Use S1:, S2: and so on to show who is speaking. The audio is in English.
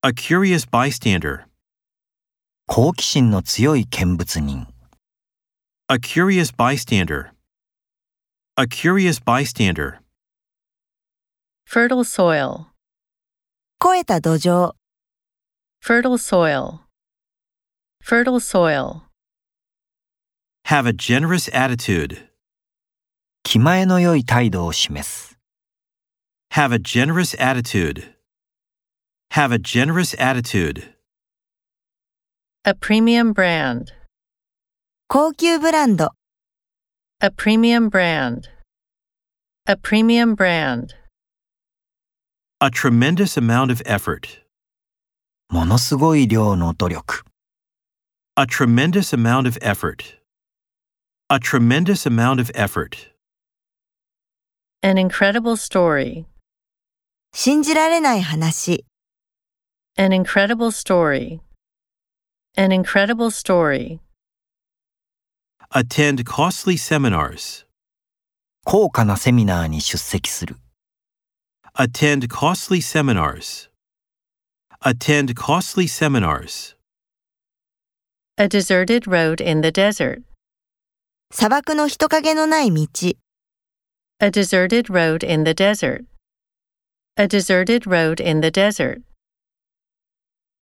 S1: A curious bystander.
S2: 好奇心の強い見物人。
S1: A curious bystander. A curious bystander.
S3: fertile soil,
S4: 肥えた土壌、
S3: fertile soil, fertile soil,
S1: Have a generous attitude.
S2: 気前の良い態度を示す。
S1: Have a generous attitude. Have a generous attitude.
S3: a premium brand,
S4: 高級ブランド、
S3: a premium brand, a premium brand,
S1: A tremendous amount of effort.
S2: ものすごい量の努力。
S1: A tremendous amount of effort. A tremendous amount of effort.
S3: an incredible story,
S4: 信じられない話、
S3: an incredible story, an incredible story,
S1: Attend costly seminars.
S2: 高価なセミナーに出席する。
S1: Attend costly seminars. Attend costly seminars.
S3: a deserted road in the desert,
S4: 砂漠の人影のない道、
S3: a deserted road in the desert, a deserted road in the desert.